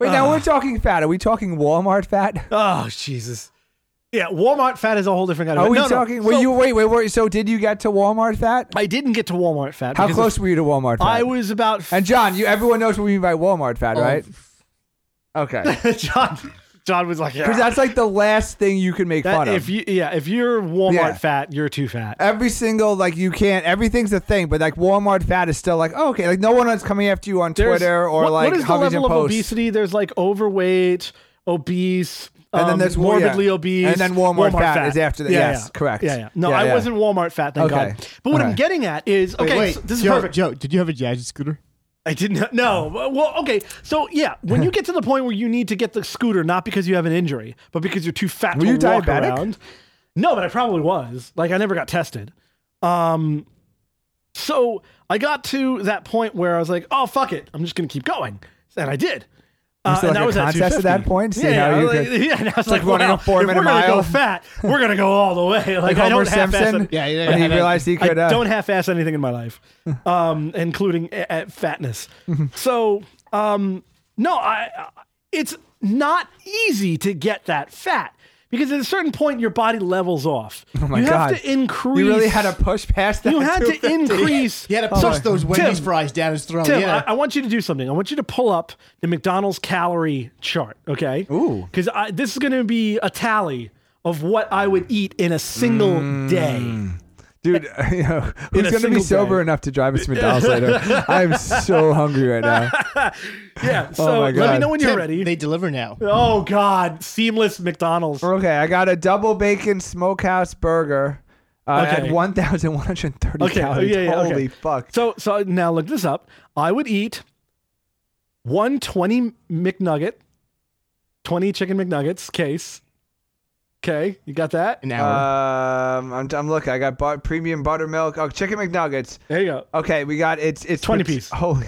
Wait,
Uh.
now we're talking fat. Are we talking Walmart fat?
[LAUGHS] oh Jesus. Yeah, Walmart fat is a whole different kind of.
Are we
no, no.
talking?
So,
Were you wait, wait, wait. So did you get to Walmart fat?
I didn't get to Walmart fat.
How
because
close were you to Walmart fat?
I Oh. was about.
and John, you everyone knows what we mean by Walmart fat, right?
[LAUGHS]
Okay,
[LAUGHS]
because
John. John was like, yeah.
that's like the last thing you can make
That-
fun of.
if you yeah, if you're Walmart
Yeah.
fat, you're too fat.
Every single like you can't. Everything's a thing, but like Walmart fat is still like oh, okay. Like no one is coming after you on
There's-
Twitter or
what-
like
what is the
Huffington
level of
Post.
obesity? There's like overweight, obese,
And then
um,
there's well, yeah.
morbidly obese,
And then Walmart fat is after that.
Yeah,
Yes,
yeah.
correct.
Yeah, yeah. No,
Yeah,
I
yeah.
wasn't Walmart fat. Thank
Okay.
God. But what I'm
Okay.
getting at is okay.
Wait,
so this is
Joe,
perfect.
Joe, did you have a gadget scooter?
I didn't. No. Well, okay. So yeah, when
[LAUGHS]
you get to the point where you need to get the scooter, not because you have an injury, but because you're too fat
Were
to
you
walk
diabetic?
around. No, but I probably was. Like I never got tested. Um, so I got to that point where I was like, oh fuck it, I'm just gonna keep going, and I did. Uh,
so, like, a contest at that
250.
point? See
yeah,
how
yeah, I
you
was like, [LAUGHS]
could-
yeah, and I
[LAUGHS]
was like,
running a
wow,
four
if we're
minute
gonna go
mile.
fat, we're gonna go all the way. [LAUGHS] Like, I
Homer
don't half
Simpson?
Yeah,
yeah.
when he realized he could.
I
uh,
don't half-ass anything in my
[LAUGHS]
life, um, including a- a- fatness. so um, no, I, I it's not easy to get that fat because at a certain point your body levels off. Oh
my
you
God.
have to increase.
You really had to push past that.
[LAUGHS] You
[LAUGHS]
had to
250.
increase.
He had to push those Wendy's fries down his throat.
Tim,
yeah.
I, I want you to do something. I want you to pull up the McDonald's calorie chart, okay? Ooh. Because this is going to be a tally of what I would eat in a single
Mm.
day.
dude. [LAUGHS] You know, who's
a
going to be
single
sober
day.
enough to
[LAUGHS]
drive us to McDonald's later? I'm so hungry right now.
Yeah. So
Oh my
let me
God.
know when you're
Tim,
ready.
They deliver now.
oh, God. Seamless McDonald's.
Okay, I got a double bacon smokehouse burger. Uh,
Okay.
At 1,130
Okay, oh,
calories.
yeah, yeah,
Holy
okay.
fuck.
So, so now look this up. I would eat 120 McNugget, 20 chicken McNuggets case. Okay. You got that?
An hour.
Um, I'm, I'm looking. I got but, premium buttermilk. Oh, chicken McNuggets.
There you go.
Okay, we got it's it's
20
it's-
piece.
Holy,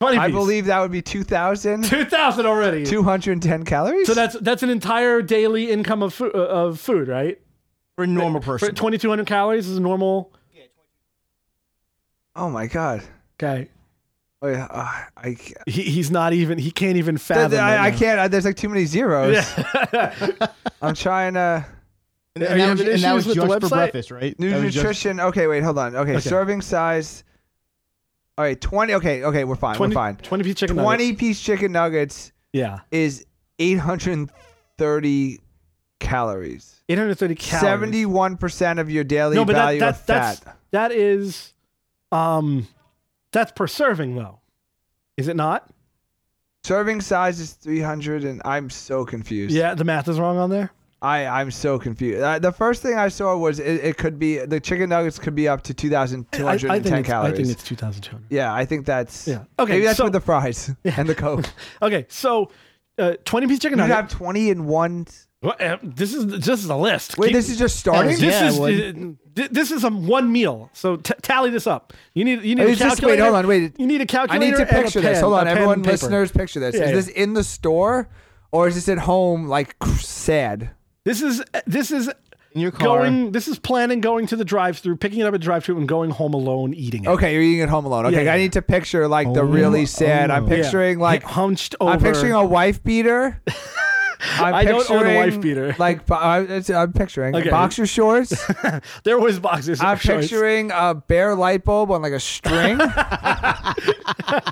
20
I
piece.
believe that would be 2,000,
2,000 already.
210 calories.
So that's that's an entire daily income of food, uh, of food right?
for a normal person.
Twenty two hundred calories is normal.
oh my god.
Okay,
Wait, uh, I, ca-
he, he's not even. He can't even
I,
fathom.
I,
right now.
can't. uh there's like too many zeros.
[LAUGHS]
I'm trying to.
And,
Are you having
that was, and that
issues
was
with
just
the
for
website?
breakfast, right?
New
That was just-
nutrition. Okay, wait, hold on. Okay, serving size. All right, 20. Okay, okay, we're fine.
20,
we're fine.
20 piece chicken.
20
nuggets.
piece chicken nuggets
Yeah,
is 830 calories.
eight hundred thirty calories.
71% of your daily
No, but that,
value
that
of
that's
fat.
that is, um, that's per serving though, is it not?
Serving size is 300 and I'm so confused.
Yeah, the math is wrong on there.
I I'm so confused. Uh, the first thing I saw was it, it could be the chicken nuggets could be up to
I, I
2210
think it's,
calories.
I think it's two thousand two hundred.
yeah, I think that's
Yeah. Okay,
Maybe that's
so-
with
[LAUGHS]
the fries and the coke.
Okay, so. Uh, 20 piece chicken
You'd
nugget.
have 20 and one.
What, uh, this is this is a list.
Wait,
Keep-
this is just starting.
This
Yeah, I
is uh,
would.
th- this is a one meal. So t- tally this up. You need you need a
It's just-
calculator.
wait, hold on, wait.
You need a
I
calculator.
need to
and a
picture this.
pen,
Hold
a
on,
pen,
everyone,
paper.
listeners, picture this.
Yeah,
is
yeah.
this in the store or is this at home? Like sad.
This is this is
In your car.
going. This is planning going to the drive-through, picking it up at drive-through, and going home alone eating it.
Okay, you're eating at home alone. Okay,
Yeah,
I
yeah.
need to picture like the really sad. I'm
oh.
Yeah.
picturing like
hunched over.
I'm picturing a wife beater.
[LAUGHS]
I'm
I don't own a wife
picturing,
beater.
Like bo- I- it's- I'm picturing
Okay. [LAUGHS]
boxer shorts.
there was boxes.
I'm picturing a bare light bulb on like
[LAUGHS]
a string. um, and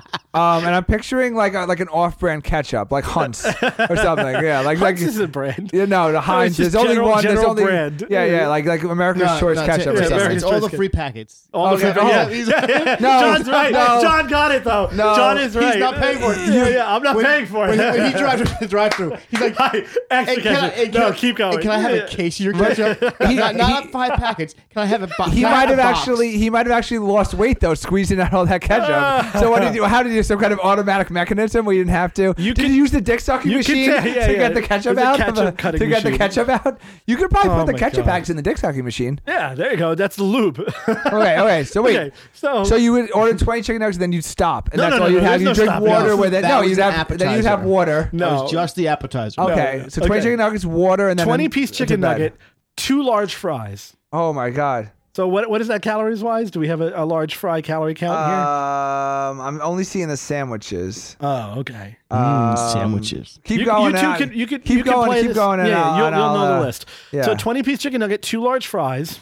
I'm picturing like a, like an off-brand ketchup, like Hunts or something. Yeah,
Like,
like like
this is a brand.
[LAUGHS]
Yeah, no, the Heinz.
just
There's only
general-
one.
general
there's only
brand.
yeah, yeah, like like America's
No,
Shorts
no,
ketchup. or
Tim- Tim,
Yeah,
something.
American
It's all the
Shorts.
free packets.
All
okay,
the,
oh,
yeah.
[LAUGHS] he's-
No,
[LAUGHS] John's right.
no.
John got it though.
No.
John is right.
not paying for
[LAUGHS]
it.
Yeah, yeah, I'm not
When-
paying for it.
when,
[LAUGHS]
when he drives [LAUGHS] the drive-through, he's like,
Hi, extra
Hey, can I,
ketchup.
hey, can
no,
I-
keep going.
hey, Can I have
Yeah.
a
[LAUGHS]
case of your ketchup?
He-
not not
he-
five packets. Can I have a box?
He might have actually he might have actually lost weight though, squeezing out all that ketchup. so what did you? How did you do some kind of automatic mechanism where you didn't have to?
You
did
could-
you use the dick sucking
you could
machine
ta- [LAUGHS] yeah,
to
yeah.
get the ketchup
There's a
out? of
ketchup
to
cutting
get the
machine.
ketchup out, you could probably
Oh
put the
my
ketchup
God.
packs in the dick sucking machine.
Yeah, there you go. That's the [LAUGHS]
[LAUGHS]
lube.
Okay, okay. So wait.
okay, so,
So you would order twenty chicken nuggets, and then you'd stop, and
No,
that's
no,
all
no,
you'd
no, there's
have. You
no
would drink
stopping.
water
That
with it.
was-
No,
that
you'd
was an
have then you'd have
appetizer.
water.
no,
It was just the appetizer.
Okay,
no.
so twenty
Okay.
chicken nuggets, water, and then
twenty
an-
piece
to
chicken
bed.
nugget, two large fries.
Oh my god.
So what what is that calories wise? Do we have a, a large fry calorie count
Um, I'm only seeing the sandwiches.
here? Oh, okay.
Mm,
Um,
sandwiches.
Keep
you,
going.
You two
and-
could you could
keep
you could
going.
play
keep
this-
going. and
Yeah,
I'll-
you'll,
and
you'll know
I'll,
the
uh,
list.
yeah.
So twenty piece chicken nugget, two large fries,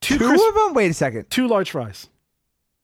two
Two
crisp,
of them. Wait a second.
two large fries.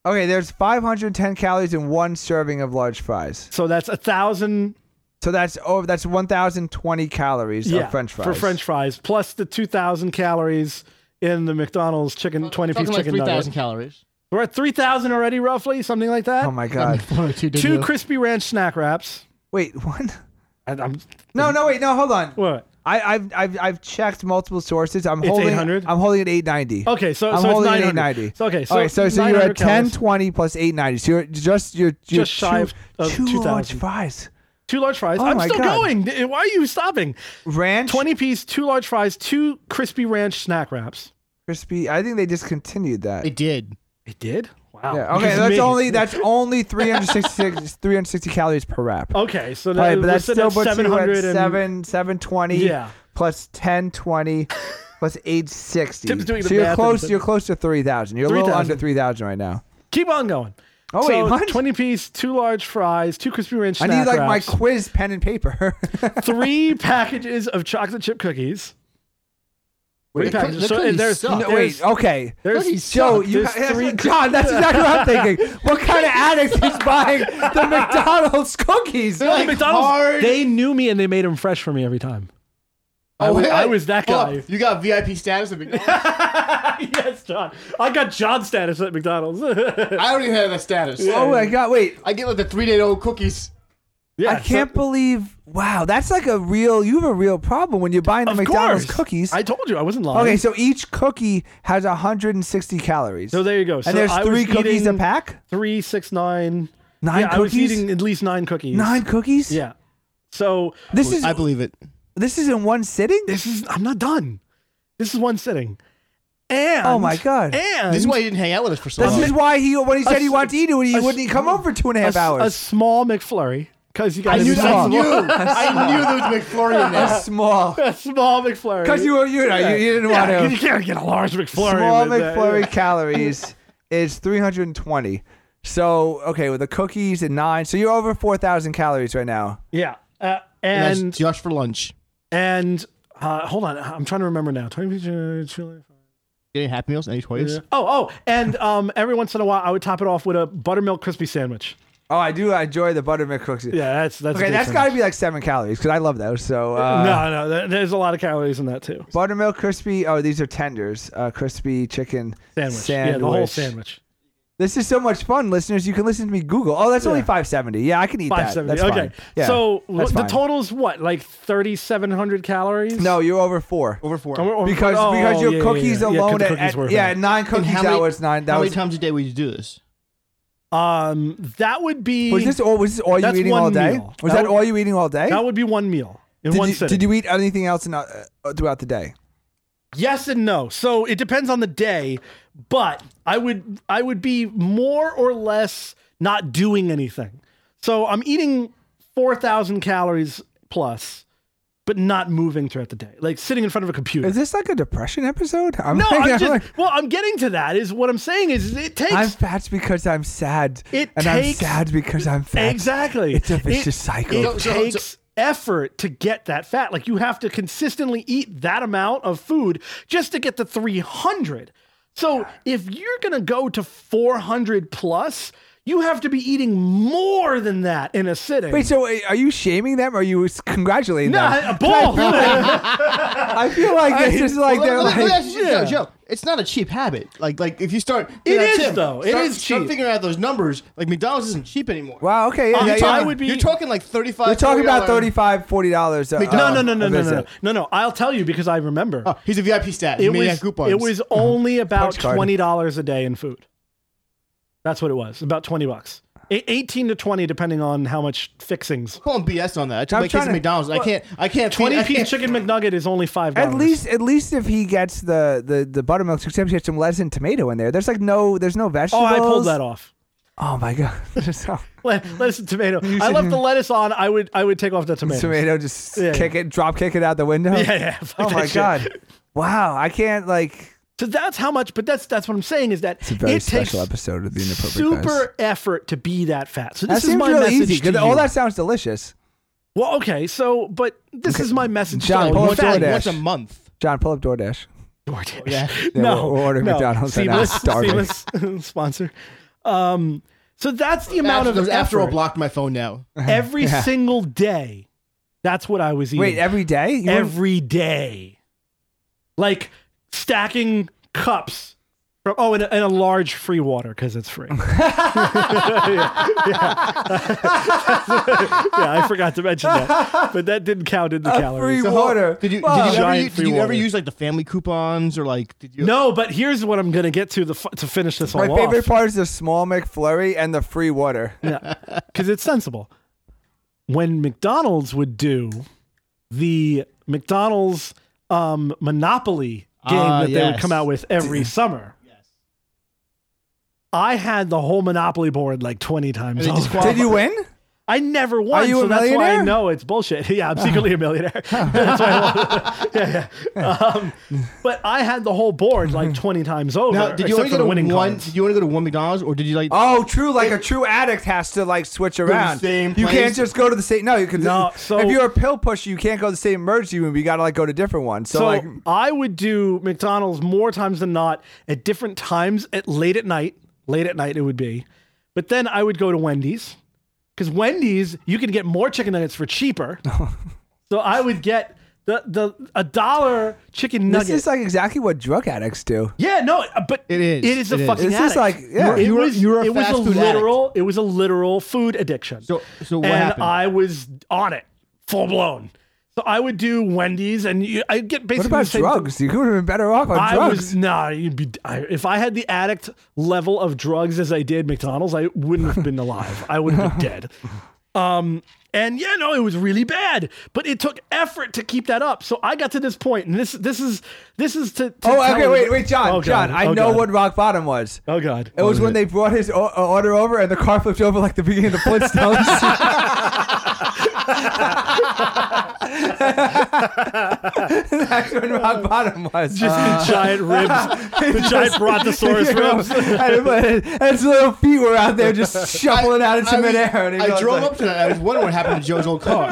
Okay, there's 510 calories in one serving of large fries.
So that's a thousand
So that's over. That's 1,020 calories
yeah,
of French fries.
for French fries, plus the two thousand calories in the McDonald's chicken twenty piece
Talking like
chicken nugget.
3,000 calories.
We're at three thousand already, roughly something like that.
Oh my [LAUGHS] god.
two crispy ranch snack wraps.
Wait, [LAUGHS] what?
I, I'm
No, no, wait, no, hold on.
what?
I, I've, I've, I've checked multiple sources. I'm
It's
holding.
800?
I'm holding at 890.
Okay, so
I'm
so it's
holding at
900.
890.
So, okay, so
okay, so, so you're
900
at 10,
calories.
20 plus 890. So you're just you're, you're
Just shy
two-
of- of
two large
2,000.
fries.
Two large fries.
Oh
I'm
my
still
God.
going. D- Why are you stopping?
Ranch
20 piece, two large fries, two crispy ranch snack wraps.
crispy. I think they discontinued that.
They did.
It did? Wow.
Yeah, okay,
Because
that's
me-
only that's only 366 360 calories per wrap.
Okay, so
All right,
that,
but
we're
that's
sitting
still
at
puts you at
700 and
7 720
Yeah.
plus
[LAUGHS]
1020 plus 860.
Tim's doing
so
the
you're
math
close
and-
you're close to 3000. You're a little
3,000.
under 3000 right now.
Keep on going.
Oh,
so
wait, what?
20 piece, two large fries, two crispy ranch
I
snack
need like my
wraps,
quiz pen and paper. [LAUGHS]
three [LAUGHS] packages of chocolate chip cookies. Three
Wait, the
packages.
cook- the
So,
cookies
and there's,
suck.
there's,
No, wait, okay.
there's-
Cookies
Joe,
suck.
you
There's [LAUGHS] three-
God, that's exactly what I'm thinking.
[LAUGHS]
What kind of addict is buying the McDonald's cookies?
Like McDonald's,
hard-
they knew me and they made them fresh for me every time. [LAUGHS]
Oh,
I, was, I was that
Hold
guy.
up. You got VIP status at McDonald's.
yes, John. I got John status at McDonald's. [LAUGHS]
I don't even have that status.
Oh my god, wait.
I get like the three day old cookies.
yeah,
I can't believe wow, that's like a real you have a real problem when you're buying the
Of
McDonald's
course.
cookies.
I told you I wasn't lying.
okay, so each cookie has 160 calories.
So there you go. So
and there's
I
three
was
cookies
eating
a pack?
Three, six, nine.
Nine
yeah, I was
cookies?
eating at least nine cookies.
Nine cookies?
Yeah. So
This is
believe it.
this is in one sitting?
this is I'm not done. This is one sitting. And
Oh my God.
And
This is why you didn't hang out with us for so
This
long.
is why he when he said he
s-
wanted to eat it, he
a
wouldn't
s-
come over for two and a half
a,
hours.
[LAUGHS] a small McFlurry because you
I
got
knew, I
[LAUGHS]
small.
knew,
[LAUGHS]
I knew there was McFlurry in
A
there.
small
a small McFlurry
because you were you, know, you, you didn't
Yeah,
want to.
'cause you can't get a large McFlurry.
Small
with that.
McFlurry calories is 320. So okay, with the cookies and nine, so you're over 4,000 calories right now.
Yeah. Uh,
That's
and
just for lunch.
and uh, hold on, I'm trying to remember now. Twenty chili.
Getting Happy Meals, any toys?
Oh, oh, and um, every once in a while, I would top it off with a buttermilk crispy sandwich.
Oh, I do enjoy the buttermilk cookies.
Yeah, that's that's.
Okay, that's got to be like seven calories because I love those. So uh,
no, no, there- there's a lot of calories in that too.
buttermilk crispy. Oh, these are tenders. Uh, crispy chicken
Sandwich. Yeah, the whole sandwich.
This is so much fun, listeners. You can listen to me Google. Oh, that's only
Yeah.
570. Yeah, I can eat
Five
that.
seventy.
That's
Okay.
fine. Yeah,
so wh-
that's
the
fine.
total's what, like thirty seven hundred calories?
No, you're over four.
Over four.
Oh, we're- we're-
Because
oh,
because
yeah,
your
yeah,
cookies
yeah. Yeah, 'cause
alone
the
at-
cookies
at-
were
yeah,
bad.
nine
And
cookies
how many-
that was nine. That
how
was
many times a day would you do this?
Um, that would be
Was this all? Was this all you
That's
eating
one
all day?
meal.
Was
That
that,
would-
all you eating all day?
that would be one meal in
did,
one
you,
sitting.
did you eat anything else in, uh, uh, throughout the day?
Yes and no. So it depends on the day, but I would I would be more or less not doing anything. So I'm eating 4000 calories plus but not moving throughout the day. Like sitting in front of a computer.
Is this like a depression episode? I'm
No,
[LAUGHS] like-
I'm just
like,
well, I'm getting to that is what I'm saying is it takes
I'm fat because I'm sad,
It
and I'm
takes-
sad because I'm fat.
Exactly.
It's a
It-
vicious cycle.
It
So-
so-
takes effort to get that fat. Like you have to consistently eat that amount of food just to get to 300. So if you're going to go to 400 plus, you have to be eating more than that in a sitting.
Wait, so uh, are you shaming them? Or are you s- congratulating
no,
them?
I-
[LAUGHS]
both.
I feel like this is like they're
Well, let- let- let me
like.
ask you something, Joe, Joe, it's not a cheap habit. Like, like if you start,
It
Yeah,
is,
Tim,
though. It
start,
is
Start
cheap.
figuring out those numbers. Like McDonald's isn't cheap anymore.
Wow. Okay. Yeah,
I'm
yeah,
sorry,
yeah.
I would be-
You're talking like thirty-five.
We're talking about
$40.
35 dollars. Uh,
no, no, no, no,
a
no, no, no,
visit.
no, no. I'll tell you because I remember.
Oh, he's a VIP stat.
it
He made
was
that coupons.
it was only about
Uh-huh. Punch card.
twenty dollars a day in food. That's what it was. About twenty bucks. A- Eighteen to twenty, depending on how much fixings.
calling BS on that. I took
I'm
my kids
trying
to
to-
McDonald's. I can't. I can't. feed-
Twenty
[LAUGHS]
I
piece
can't-
chicken McNugget is only five dollars.
At least, at least if he gets the the the buttermilk, except he gets some lettuce and tomato in there. There's like no, there's no
Oh,
vegetables.
I pulled that off.
Oh my god, [LAUGHS] So-
Le- Lettuce and
[LAUGHS]
tomato. I
should-
left the lettuce on. I would I would take off the tomato.
tomato just
Yeah.
kick it, drop kick it out the window.
[LAUGHS] Yeah, yeah. fuck
Oh
that
my
shit.
god, wow! I can't like.
So that's how much. But that's that's what I'm saying is that
It's a very
it takes
special episode of the inappropriate Guys.
super effort to be that fat. So
That
this is
seems
my
really
message
easy. 'cause
to you.
All that sounds delicious.
well, okay. So, but this is my message.
John,
to
pull
all you
up
Once,
fat
like,
DoorDash.
once a month.
John, pull up DoorDash.
DoorDash.
Yeah.
[LAUGHS] no,
we're- we're ordering
no.
McDonald's right now. I'm
Seamless-
starving.
Seamless [LAUGHS] sponsor. Um, so that's the amount
After,
of
after all,
effort
blocked my phone now.
[LAUGHS] every
Yeah.
single day. That's what I was eating.
Wait, every day? You wouldn't-
every day, like stacking cups. From, oh, and a, and a large free water because it's
[LAUGHS]
free. [LAUGHS] yeah, yeah. Yeah, I forgot to mention that, but that didn't count in the
A
calories.
free
So how-
water.
Did you, did you,
Wow.
ever,
Giant
use,
free
did you ever
water.
use like the family coupons or like? Did you?
No, but here's what I'm gonna get to the f- to finish this all
My
off.
favorite part is the small McFlurry and the free water.
Yeah, because it's sensible. When McDonald's would do the McDonald's um, Monopoly game
Ah,
that they would
yes.
come out with
[CLEARS THROAT]
every summer, I had the whole Monopoly board like 20 times.
they
over.
disqual-
Did you win?
I never won,
you
so
a
that's why I
millionaire?
know it's bullshit. [LAUGHS] Yeah, I'm
[LAUGHS]
secretly a millionaire. [LAUGHS] that's why I won. [LAUGHS] yeah,
[LAUGHS]
yeah. Um, but I had the whole board like 20 times over.
Now, did
except
you want
for
to go
the
to
winning
one?
cards.
Did you want to go to one McDonald's or did you like?
Oh, true. Like a true addict has to like switch
the
around.
same
you can't
place?
just go to the same. No, you can.
No, so-
if you're a pill pusher, you can't go to the same emergency room. You gotta like go to different ones. So,
So
like,
I would do McDonald's more times than not at different times at late at night. Late at night it would be. But then I would go to Wendy's because Wendy's you can get more chicken nuggets for
[LAUGHS]
cheaper. so I would get the the a dollar chicken nugget.
this is like exactly what drug addicts do.
yeah, no, uh, but
It is,
It is a
it is.
fucking.
This is
addict.
like- yeah.
it
You were-
was.
you were a
it was a
fast food
literal. It was a literal food addiction.
So- so what
and
happened?
I was on it, full blown. So I would do Wendy's, and you, I get
What
basically the
about
same
drugs? You could have been better off on
I
drugs.
was nah. You'd be I, if I had the addict level of drugs as I did McDonald's, I wouldn't have been alive. I would have been dead. Um, and yeah, no, it was really bad. But it took effort to keep that up. So I got to this point, and this this is this is to. to
oh,
tell
okay.
you-
Wait, wait, John,
Oh, God.
John. I
Oh,
know
God.
what rock bottom was.
Oh God.
It was when they brought his o- uh, order over and the car flipped over like the beginning of the Flintstones. [LAUGHS] That's when rock bottom was. Uh,
Just [LAUGHS] the giant ribs,
[LAUGHS]
the giant brontosaurus
You know,
ribs.
and, and his little feet were out
[LAUGHS]
there just shuffling out into
I was-
midair. And he
I
was
drove
like,
up to that. I was wondering what happened to Joe's old car.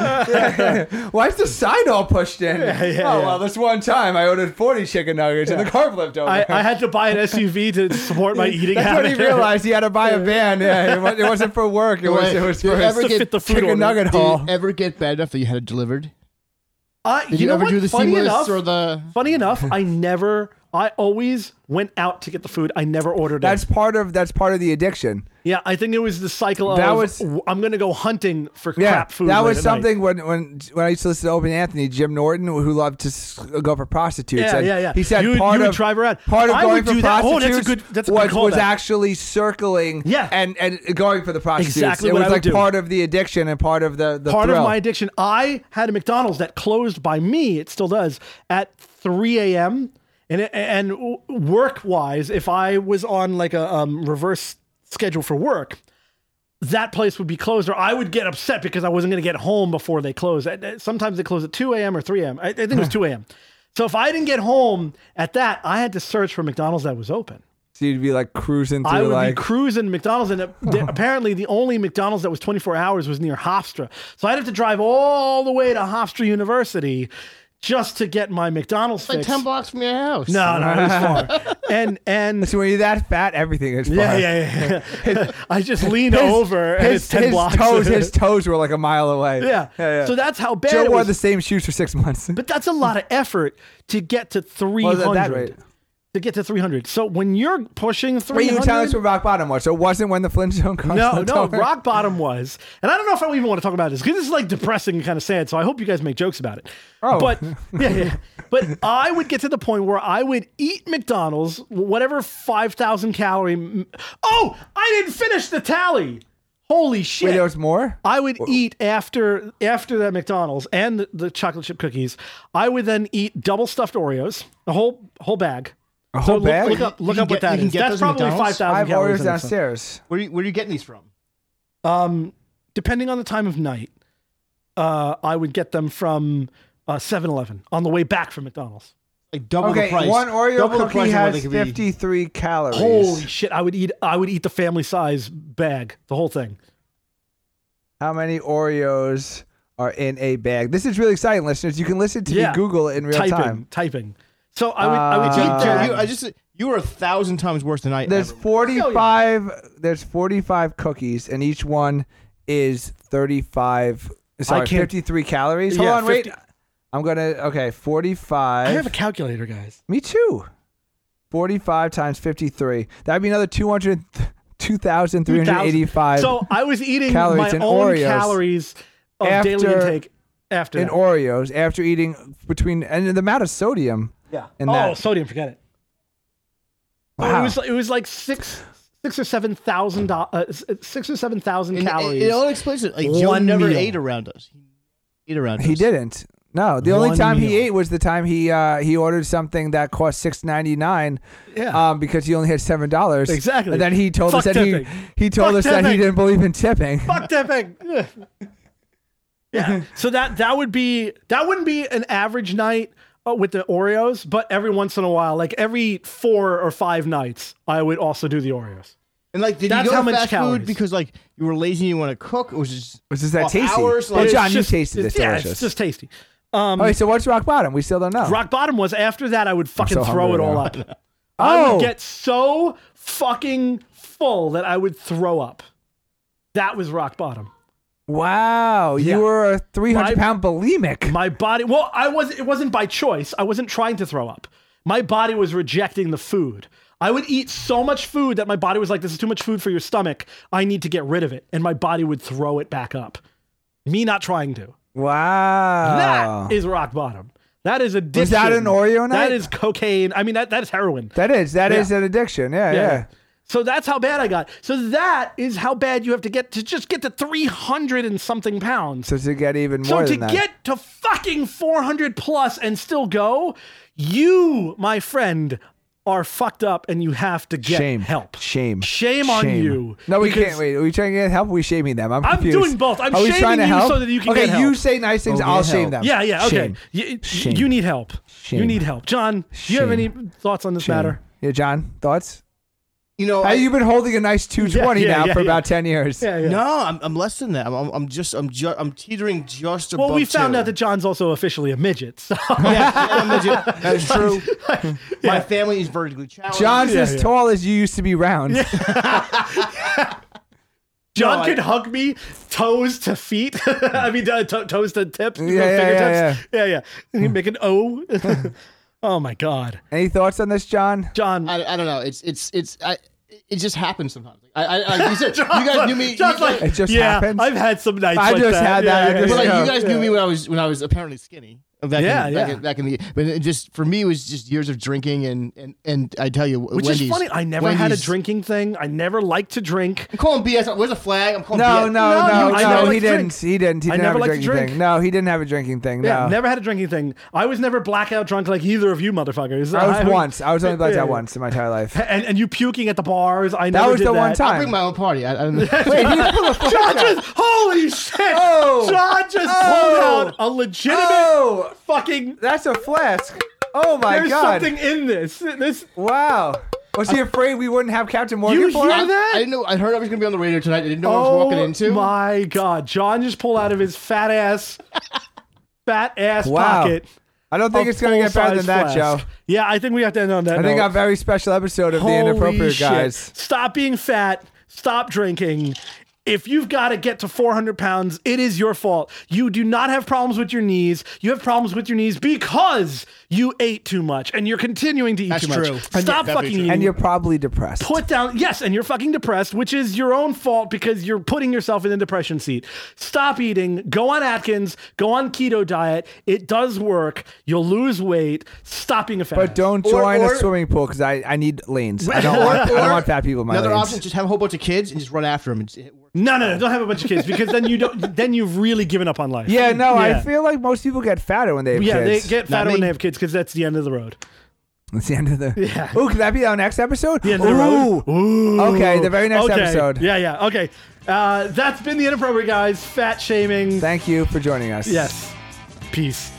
Why is the sign all pushed in?
yeah,
oh
yeah.
well, this one time I ordered forty chicken nuggets and the car flipped over.
I,
[LAUGHS]
I had to buy an SUV to support my eating
That's when
habit. [LAUGHS]
he realized he had to buy a van. Yeah, it, wa- it wasn't for work. It was. It was
Did
for
you
his
ever
to
get-
fit the food
chicken
order.
nugget
Did you
haul.
ever get bad enough that you had it delivered?
I,
Did
Uh, you
you,
know
ever
what?
do the
Funny
seamless
enough,
or the?
Funny enough, I never. I always went out to get the food. I never ordered it.
That's part of. That's part of the addiction.
Yeah, I think it was the cycle
That
of
was-
w- I'm going to go hunting for
Yeah,
crap food.
that
late
was
at night.
something when when when I used to listen to Open Anthony, Jim Norton, who loved to s- go for prostitutes.
Yeah,
and
yeah, yeah.
He said
You would-
part
you would
of
drive around.
part of
I
going
would
for
do that. Oh,
prostitutes
that's a good- that's a
was
good
was
callback.
actually circling.
Yeah.
and and going for the prostitutes.
Exactly
it
what
was
I would
like
do.
part of the addiction and part of the the
Part
thrill.
of my addiction. I had a McDonald's that closed by me. It still does at 3 a.m. And it- and work wise, if I was on like a um, reverse schedule for work, that place would be closed, or I would get upset because I wasn't going to get home before they closed. I- I- Sometimes they close at 2 a.m. or 3 a.m. I, I think
[LAUGHS]
it was 2 a.m. So if I didn't get home at that, I had to search for McDonald's that was open.
So you'd be like cruising
I
through
would
like
be cruising McDonald's, and ap-
[LAUGHS]
the- apparently the only McDonald's that was 24 hours was near Hofstra. So I'd have to drive all the way to Hofstra University just to get my McDonald's
Like
fix.
ten blocks from your house.
no, no, it was
[LAUGHS]
far. and and
So when you're that fat, everything is fine.
yeah,
[LAUGHS]
yeah, yeah. yeah. [LAUGHS] I just lean
His-
over, and
his,
it's 10
his
blocks. [LAUGHS]
Toes, his toes were like a mile away.
yeah.
yeah, yeah.
So that's how bad
Joe
it
wore
was.
the same shoes for six months.
but that's a lot of effort to get to 300.
at that rate.
To get to 300. So when you're pushing 300,
Wait, you were telling us what rock bottom was. So it wasn't when the Flintstone cars. [LAUGHS]
[LAUGHS]
No,
flipped
no,
over?
rock bottom was, and I don't know if I even want to talk about this because this is like depressing and kind of sad. So I hope you guys make jokes about it.
Oh.
[LAUGHS]
but yeah, yeah. But I would get to the point where I would eat McDonald's, whatever five thousand calorie. m- Oh, I didn't finish the tally. Holy shit!
Wait, there was more.
I would eat after after that McDonald's and the, the chocolate chip cookies. I would then eat double stuffed Oreos, a whole whole bag. A
whole bag?
Look, up,
You
look
can
up what
get- you
that
can
is.
get
That's
those
probably
McDonald's?
five
I
thousand
have
calories.
Oreos
in it, so-
downstairs.
Where are you, where are you getting these from?
um, depending on the time of night, uh, I would get them from uh, 7-Eleven on the way back from McDonald's.
Like double the
Okay,
price.
one Oreo
double the
cookie
price of what they
has
could be.
fifty-three calories.
Holy shit! I would eat. I would eat the family size bag, the whole thing.
How many Oreos are in a bag? This is really exciting, listeners. You can listen to
Yeah.
me Google it in real
typing,
time.
typing. So I would. I would
Uh,
eat
Dude,
that.
you, I just you were a thousand times worse than I.
There's
ever was.
forty-five. There's forty-five cookies, and each one is thirty-five. Sorry,
can't-
fifty-three calories. Hold
Yeah,
on,
50
wait. I'm gonna. Okay,
I
forty-five.
have a calculator, guys.
Me too. 45 times 53. That'd be another 200, 2,385
So I was eating
calories
my
in
own
Oreos
calories of daily
after-
intake after.
in
that.
Oreos after eating between, and the amount of sodium.
yeah.
in
oh,
that.
sodium. Forget it.
Wow.
Oh, It was. It was like six. Six or seven thousand dollars, uh, six or seven thousand
And it-
calories.
It, all explains it. Like Joe
One
never
meal.
ate around us. He ate around us.
He didn't. No, the only
One
time he
meal.
ate was the time he uh, he ordered something that cost six ninety nine.
Yeah.
Um, because he only had seven dollars.
Exactly.
And then he told
Fuck
us that he,
tipping.
he told
Fuck
us that he
tipping.
didn't believe in tipping.
Fuck tipping. [LAUGHS] yeah. So that that would be that wouldn't be an average night uh, with the Oreos, but every once in a while, like every four or five nights, I would also do the Oreos.
And like, did
That's
you go
how
to
much
fast
calories.
food because like you were lazy and you want to cook? Or was it just
Which is that
Well,
tasty?
ours,
well,
like-
Oh, John,
It's
you
just-
tasted this.
it's- Yeah,
delicious.
it's just tasty. Um,
All right, so what's rock bottom? We still don't know.
Rock bottom was after that. I would fucking
so
throw it
hungry
all
now. [LAUGHS]
up. I
Oh.
would get so fucking full that I would throw up. That was rock bottom.
wow,
Yeah.
you were a three hundred
My-
pound bulimic.
My body. Well, I was. It wasn't by choice. I wasn't trying to throw up. My body was rejecting the food. I would eat so much food that my body was like, "This is too much food for your stomach. I need to get rid of it," and my body would throw it back up. Me not trying to.
wow,
That is rock bottom. That is addiction.
Oh. Was that an Oreo night?
That is cocaine. I mean, that that is heroin.
that is that
Yeah.
is an addiction. Yeah, yeah.
Yeah. So that's how bad I got. So that is how bad you have to get to just get to 300 and something pounds.
So to get even
So
more
to
than that.
get to fucking 400 plus and still go, you, my friend, are fucked up and you have to get
Shame.
help.
Shame.
Shame on you.
No, we
Because-
can't. Wait, are we trying to get help? Are we shaming them? I'm
I'm
confused.
doing both. I'm
Are we
shaming
trying to
you
help?
so that you can
okay,
get
you
help.
say nice things.
Oh,
I'll
yeah,
shame
help.
them.
Yeah, yeah, okay.
Shame.
You,
Shame.
you need help. You
Shame.
need help. John, do you have any
Shame.
thoughts on this
Shame.
matter?
Yeah, John, thoughts?
you know?
Hey, you've been holding a nice
[LAUGHS]
220
Yeah, yeah,
now
yeah,
for
yeah.
about 10 years.
No, I'm, I'm less than that. I'm, I'm, I'm just I'm ju- I'm teetering just above.
Well, we found
two.
out that John's also officially a midget.
[LAUGHS]
So
[LAUGHS]
[LAUGHS]
yeah, I'm a Jew. that's true. My family is vertically challenged.
John's
Yeah,
as
yeah.
tall as you used to be round.
John
No, I-
can hug me toes to feet. [LAUGHS] I mean, uh, to- toes to tips.
Yeah, yeah,
fingertips. yeah, yeah. And you make an
[LAUGHS]
O. [LAUGHS] oh my God,
Any thoughts on this, John?
John.
I, I don't know. It's it's it's I, it just happens sometimes. I, I, I you, [LAUGHS] said, you guys knew me.
John's
you,
like,
It just
yeah,
happens.
I've had some nights.
I
like
just
that.
had
Yeah,
that. I
yeah,
just-
but like,
yeah.
Yeah.
you guys knew me when I was when I was apparently skinny. Back
Yeah,
in, back,
yeah.
In, back in the but it just for me it was just years of drinking and and and I tell you,
Which
Wendy's,
is funny. I never had a
Wendy's-
drinking thing. I never liked to drink.
I'm calling BS. Where's the flag? I'm calling
No, no,
BS.
No,
no,
you- I
no.
never
he
liked to
didn't.
drink.
He didn't. He
I
didn't have
never
a
liked to
drinking
drink.
thing. No, he didn't have a drinking thing.
Yeah,
No.
never had a drinking thing. I was never blackout drunk like either of you motherfuckers. [LAUGHS]
I was once. I was only like
Yeah,
that
[LAUGHS] yeah.
once in my entire life.
And and you puking at the bars. I
That
never
was
did
the one
that.
I'll
time.
bring my own party. I, I don't know.
Wait, he was full [LAUGHS] of
[LAUGHS]
fuck
John
up.
just holy shit!
Oh.
John just
Oh.
pulled out a legitimate
Oh,
fucking.
that's a flask. Oh my
There's
god!
something in this. This
Wow. Was he afraid we wouldn't have Captain Morgan
You
for
hear
him?
that?
I didn't know. I heard I was gonna be on the radio tonight. I didn't know what I
oh
was walking into.
my god! John just pulled out of his fat ass, fat ass
Wow.
pocket.
I don't think
a
it's gonna get better
full-size
than that,
flask.
Joe.
Yeah, I think we have to end on that.
I think
note.
a very special episode of the
Holy
inappropriate
shit.
guys.
Stop being fat. Stop drinking. If you've got to get to 400 pounds, it is your fault. You do not have problems with your knees. You have problems with your knees because you ate too much and you're continuing to eat
That's
too much.
true. Yeah,
Stop
definitely
fucking
true.
eating.
And you're probably depressed.
put down yes and you're fucking depressed which is your own fault because you're putting yourself in the depression seat stop eating go on atkins go on keto diet it does work you'll lose weight stop being a fat
but
ass.
don't
Or-
join
or-
a swimming pool because I, I need
[LAUGHS]
lanes. I don't
Or-
want I don't
or
want fat people in my
Another
lanes.
option: just have a whole bunch of kids and just run after them. And just,
No, no, no! Don't have a bunch of kids because then you don't. then you've really given up on life.
Yeah, no,
Yeah.
I feel like most people get fatter when they have
Yeah,
kids.
they get
Not
fatter when
me.
they have kids because that's the end of the road.
[LAUGHS] It's the end of the.
Yeah.
Ooh, could that be our next episode?
The end of the
Ooh.
road. Ooh.
Okay, the very next
Okay.
episode.
Yeah, yeah. Okay, uh, that's been the inappropriate guys. Fat shaming.
Thank you for joining us.
yes. Peace.